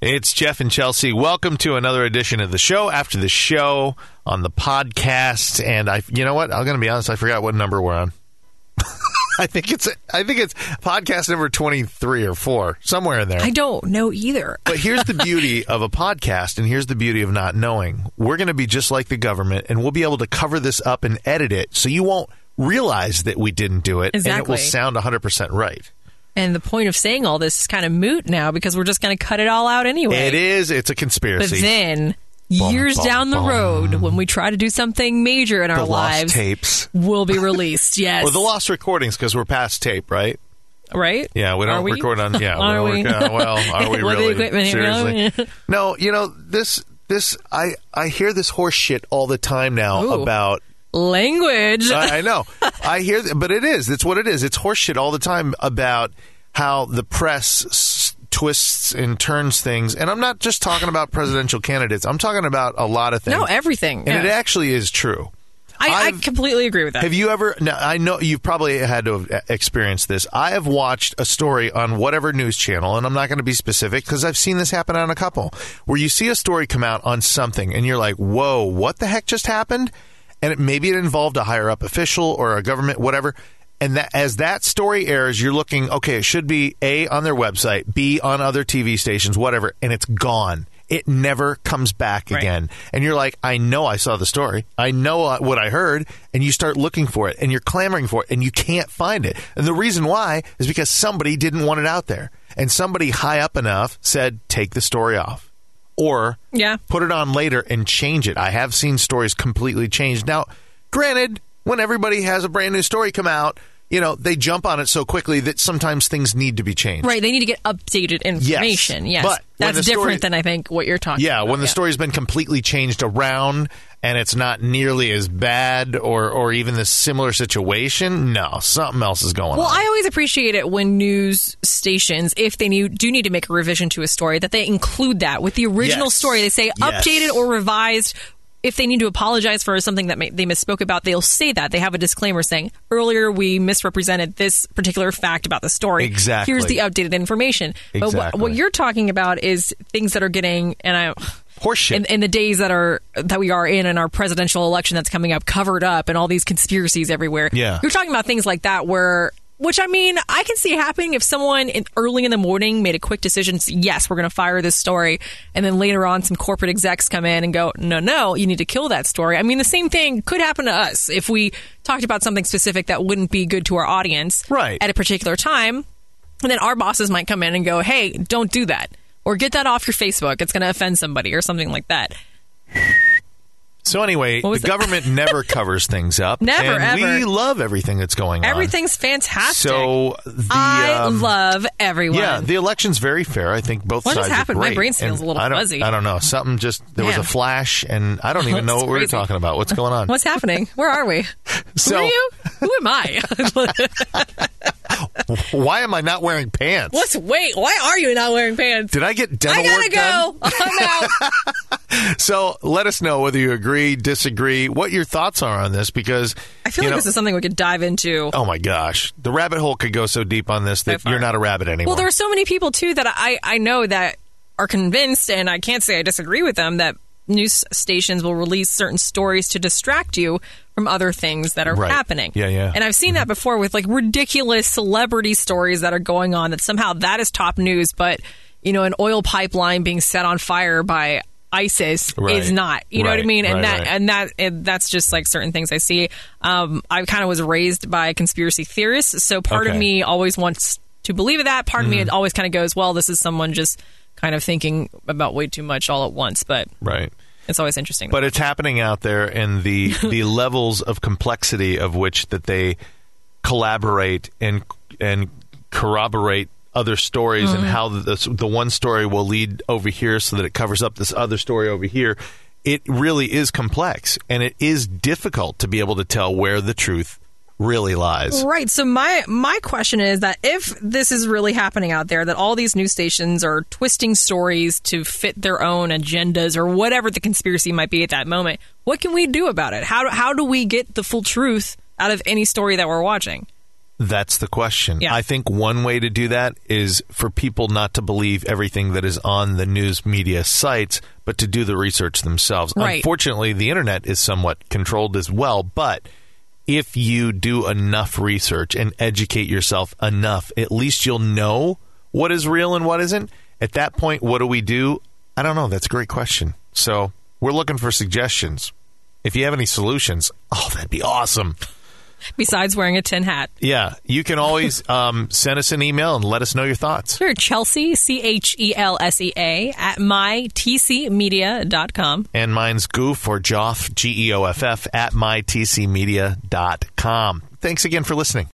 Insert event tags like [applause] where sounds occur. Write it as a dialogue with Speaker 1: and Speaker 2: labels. Speaker 1: It's Jeff and Chelsea. Welcome to another edition of the show. After the show on the podcast, and I, you know what? I'm going to be honest. I forgot what number we're on. [laughs] I think it's I think it's podcast number 23 or four, somewhere in there.
Speaker 2: I don't know either.
Speaker 1: But here's the
Speaker 2: [laughs]
Speaker 1: beauty of a podcast, and here's the beauty of not knowing. We're going to be just like the government, and we'll be able to cover this up and edit it so you won't realize that we didn't do it, and it will
Speaker 2: Exactly.
Speaker 1: sound 100% right.
Speaker 2: And the point of saying all this is kind of moot now because we're just going to cut it all out anyway.
Speaker 1: It is. It's a
Speaker 2: but
Speaker 1: conspiracy.
Speaker 2: then,
Speaker 1: Bum,
Speaker 2: years
Speaker 1: bum,
Speaker 2: down the
Speaker 1: bum.
Speaker 2: road, when we try to do something major in
Speaker 1: the
Speaker 2: our
Speaker 1: lost
Speaker 2: lives,
Speaker 1: tapes.
Speaker 2: will be
Speaker 1: [laughs]
Speaker 2: released. Yes.
Speaker 1: Well, the lost recordings because we're past tape, right?
Speaker 2: right?
Speaker 1: Yeah, we
Speaker 2: Are
Speaker 1: don't
Speaker 2: we?
Speaker 1: record on. Yeah,
Speaker 2: Are
Speaker 1: we
Speaker 2: we?
Speaker 1: don't record on- well,
Speaker 2: [laughs]
Speaker 1: are we
Speaker 2: With the
Speaker 1: really?
Speaker 2: equipment, you know? [laughs]
Speaker 1: Seriously? no, you know this. This I I hear this horse shit all the time now
Speaker 2: Ooh.
Speaker 1: about.
Speaker 2: Language.
Speaker 1: I, I know. I hear, th- but it is. That's what it is. It's horse shit all the time about how the press s- twists and turns things. And I'm not just talking about presidential candidates. I'm talking about a lot of things.
Speaker 2: no, everything.
Speaker 1: and it
Speaker 2: Yeah.
Speaker 1: actually is true.
Speaker 2: I, I
Speaker 1: I've-
Speaker 2: completely agree with that.
Speaker 1: Have you ever? Now, I know you've probably had to have experienced this. I have watched a story on whatever news channel, and I'm not going to be specific because I've seen this happen on a couple where you see a story come out on something, and you're like, "Whoa, what the heck just happened?" And it, maybe it involved a higher up official or a government, whatever. And that as that story airs, you're looking, okay, it should be A on their website, B on other TV stations, whatever, and it's gone. It never comes back
Speaker 2: Right.
Speaker 1: again. And you're like, I know I saw the story. I know uh, what I heard. And you start looking for it and you're clamoring for it and you can't find it. And the reason why is because somebody didn't want it out there. And somebody high up enough said, take the story off or
Speaker 2: Yeah.
Speaker 1: put it on later and change it. I have seen stories completely changed. Now, granted, when everybody has a brand new story come out, you know, they jump on it so quickly that sometimes things need to be changed.
Speaker 2: right. They need to get updated information. Yes.
Speaker 1: But when
Speaker 2: That's
Speaker 1: the story-
Speaker 2: different than I think what you're talking
Speaker 1: Yeah,
Speaker 2: about.
Speaker 1: when the story's been completely changed around and it's not nearly as bad or or even the similar situation, no, something else is going
Speaker 2: Well,
Speaker 1: on.
Speaker 2: I always appreciate it when news stations, if they need, do need to make a revision to a story, that they include that with the original
Speaker 1: Yes.
Speaker 2: story. They say
Speaker 1: Yes.
Speaker 2: updated or revised. If they need to apologize for something that may, they misspoke about, they'll say that. They have a disclaimer saying, earlier we misrepresented this particular fact about the story.
Speaker 1: Exactly.
Speaker 2: Here's the updated information. But what,
Speaker 1: Exactly.
Speaker 2: what you're talking about is things that are getting, and I.
Speaker 1: Horseshit.
Speaker 2: In, in the days that are that we are in, and our presidential election that's coming up, covered up, and all these conspiracies everywhere.
Speaker 1: Yeah.
Speaker 2: you're talking about things like that where. Which I mean, I can see happening if someone in, early in the morning made a quick decision. say, Yes, we're going to fire this story, and then later on, some corporate execs come in and go, "No, no, you need to kill that story." I mean, the same thing could happen to us if we talked about something specific that wouldn't be good to our audience
Speaker 1: Right.
Speaker 2: at a particular time, and then our bosses might come in and go, "Hey, don't do that," or "Get that off your Facebook. It's going to offend somebody," or something like
Speaker 1: Uh,
Speaker 2: that.
Speaker 1: so anyway, the
Speaker 2: was that? [laughs]
Speaker 1: government never covers things up.
Speaker 2: Never,
Speaker 1: and We
Speaker 2: ever.
Speaker 1: love everything that's going on.
Speaker 2: Everything's fantastic.
Speaker 1: So the
Speaker 2: I
Speaker 1: um,
Speaker 2: love everyone.
Speaker 1: Yeah, the election's very fair. I think both
Speaker 2: What
Speaker 1: sides
Speaker 2: just happened?
Speaker 1: are
Speaker 2: My
Speaker 1: great.
Speaker 2: brain feels
Speaker 1: And
Speaker 2: a little
Speaker 1: I don't,
Speaker 2: fuzzy.
Speaker 1: I don't know. Something just there was
Speaker 2: Man.
Speaker 1: a flash, and I
Speaker 2: [laughs]
Speaker 1: don't even know
Speaker 2: That's
Speaker 1: what we were
Speaker 2: crazy.
Speaker 1: talking about. What's going on?
Speaker 2: What's happening? Where
Speaker 1: [laughs]
Speaker 2: are we? Who
Speaker 1: so
Speaker 2: are you? Who am I?
Speaker 1: [laughs] why am I not wearing pants?
Speaker 2: What's wait? Why are you not wearing pants?
Speaker 1: Did I get dental
Speaker 2: I gotta
Speaker 1: work done?
Speaker 2: go.
Speaker 1: [laughs]
Speaker 2: I'm out.
Speaker 1: So let us know whether you agree, disagree, what your thoughts are on this, because
Speaker 2: I feel
Speaker 1: you
Speaker 2: like
Speaker 1: know-
Speaker 2: this is something we could dive into.
Speaker 1: Oh my gosh, the rabbit hole could go so deep on this that
Speaker 2: far.
Speaker 1: you're not a rabbit anymore.
Speaker 2: Well, there are so many people too that I I know that are convinced, and I can't say I disagree with them that news stations will release certain stories to distract you from other things that are
Speaker 1: Right.
Speaker 2: happening.
Speaker 1: Yeah, yeah. Mm-hmm.
Speaker 2: And I've seen that before with like ridiculous celebrity stories that are going on that somehow that is top news, but you know, an oil pipeline being set on fire by ISIS
Speaker 1: Right.
Speaker 2: is not. You know what I
Speaker 1: Right,
Speaker 2: mean? And
Speaker 1: right,
Speaker 2: that
Speaker 1: right.
Speaker 2: and that and that's just like certain things I see. Um, I kind of was raised by conspiracy theorists, so part
Speaker 1: Okay. Mm-hmm.
Speaker 2: of me always wants to believe that. Part of me it always kind of goes, well, this is someone just kind of thinking about way too much all at once. But
Speaker 1: right.
Speaker 2: it's always interesting.
Speaker 1: But it's happening out there, and the the levels of complexity of which that they collaborate and and corroborate other stories, and how the the one story will lead over here, so that it covers up this other story over here. It really is complex, and it is difficult to be able to tell where the truth really lies.
Speaker 2: Right. So my my question is that if this is really happening out there, that all these news stations are twisting stories to fit their own agendas or whatever the conspiracy might be at that moment, what can we do about it? How do, how do we get the full truth out of any story that we're watching?
Speaker 1: That's the question.
Speaker 2: Yeah.
Speaker 1: I think one way to do that is for people not to believe everything that is on the news media sites, but to do the research themselves.
Speaker 2: Right.
Speaker 1: Unfortunately, the internet is somewhat controlled as well, but if you do enough research and educate yourself enough, at least you'll know what is real and what isn't. At that point, what do we do? I don't know. That's a great question. So we're looking for suggestions. If you have any solutions, [laughs] oh, that'd be awesome.
Speaker 2: Besides wearing a tin hat.
Speaker 1: Yeah, you can always um, send us an email and let us know your thoughts.
Speaker 2: Sure, Chelsea, C H E L S E A, at mytcmedia.com.
Speaker 1: And mine's goof or joff, G E O F F, at mytcmedia.com. Thanks again for listening.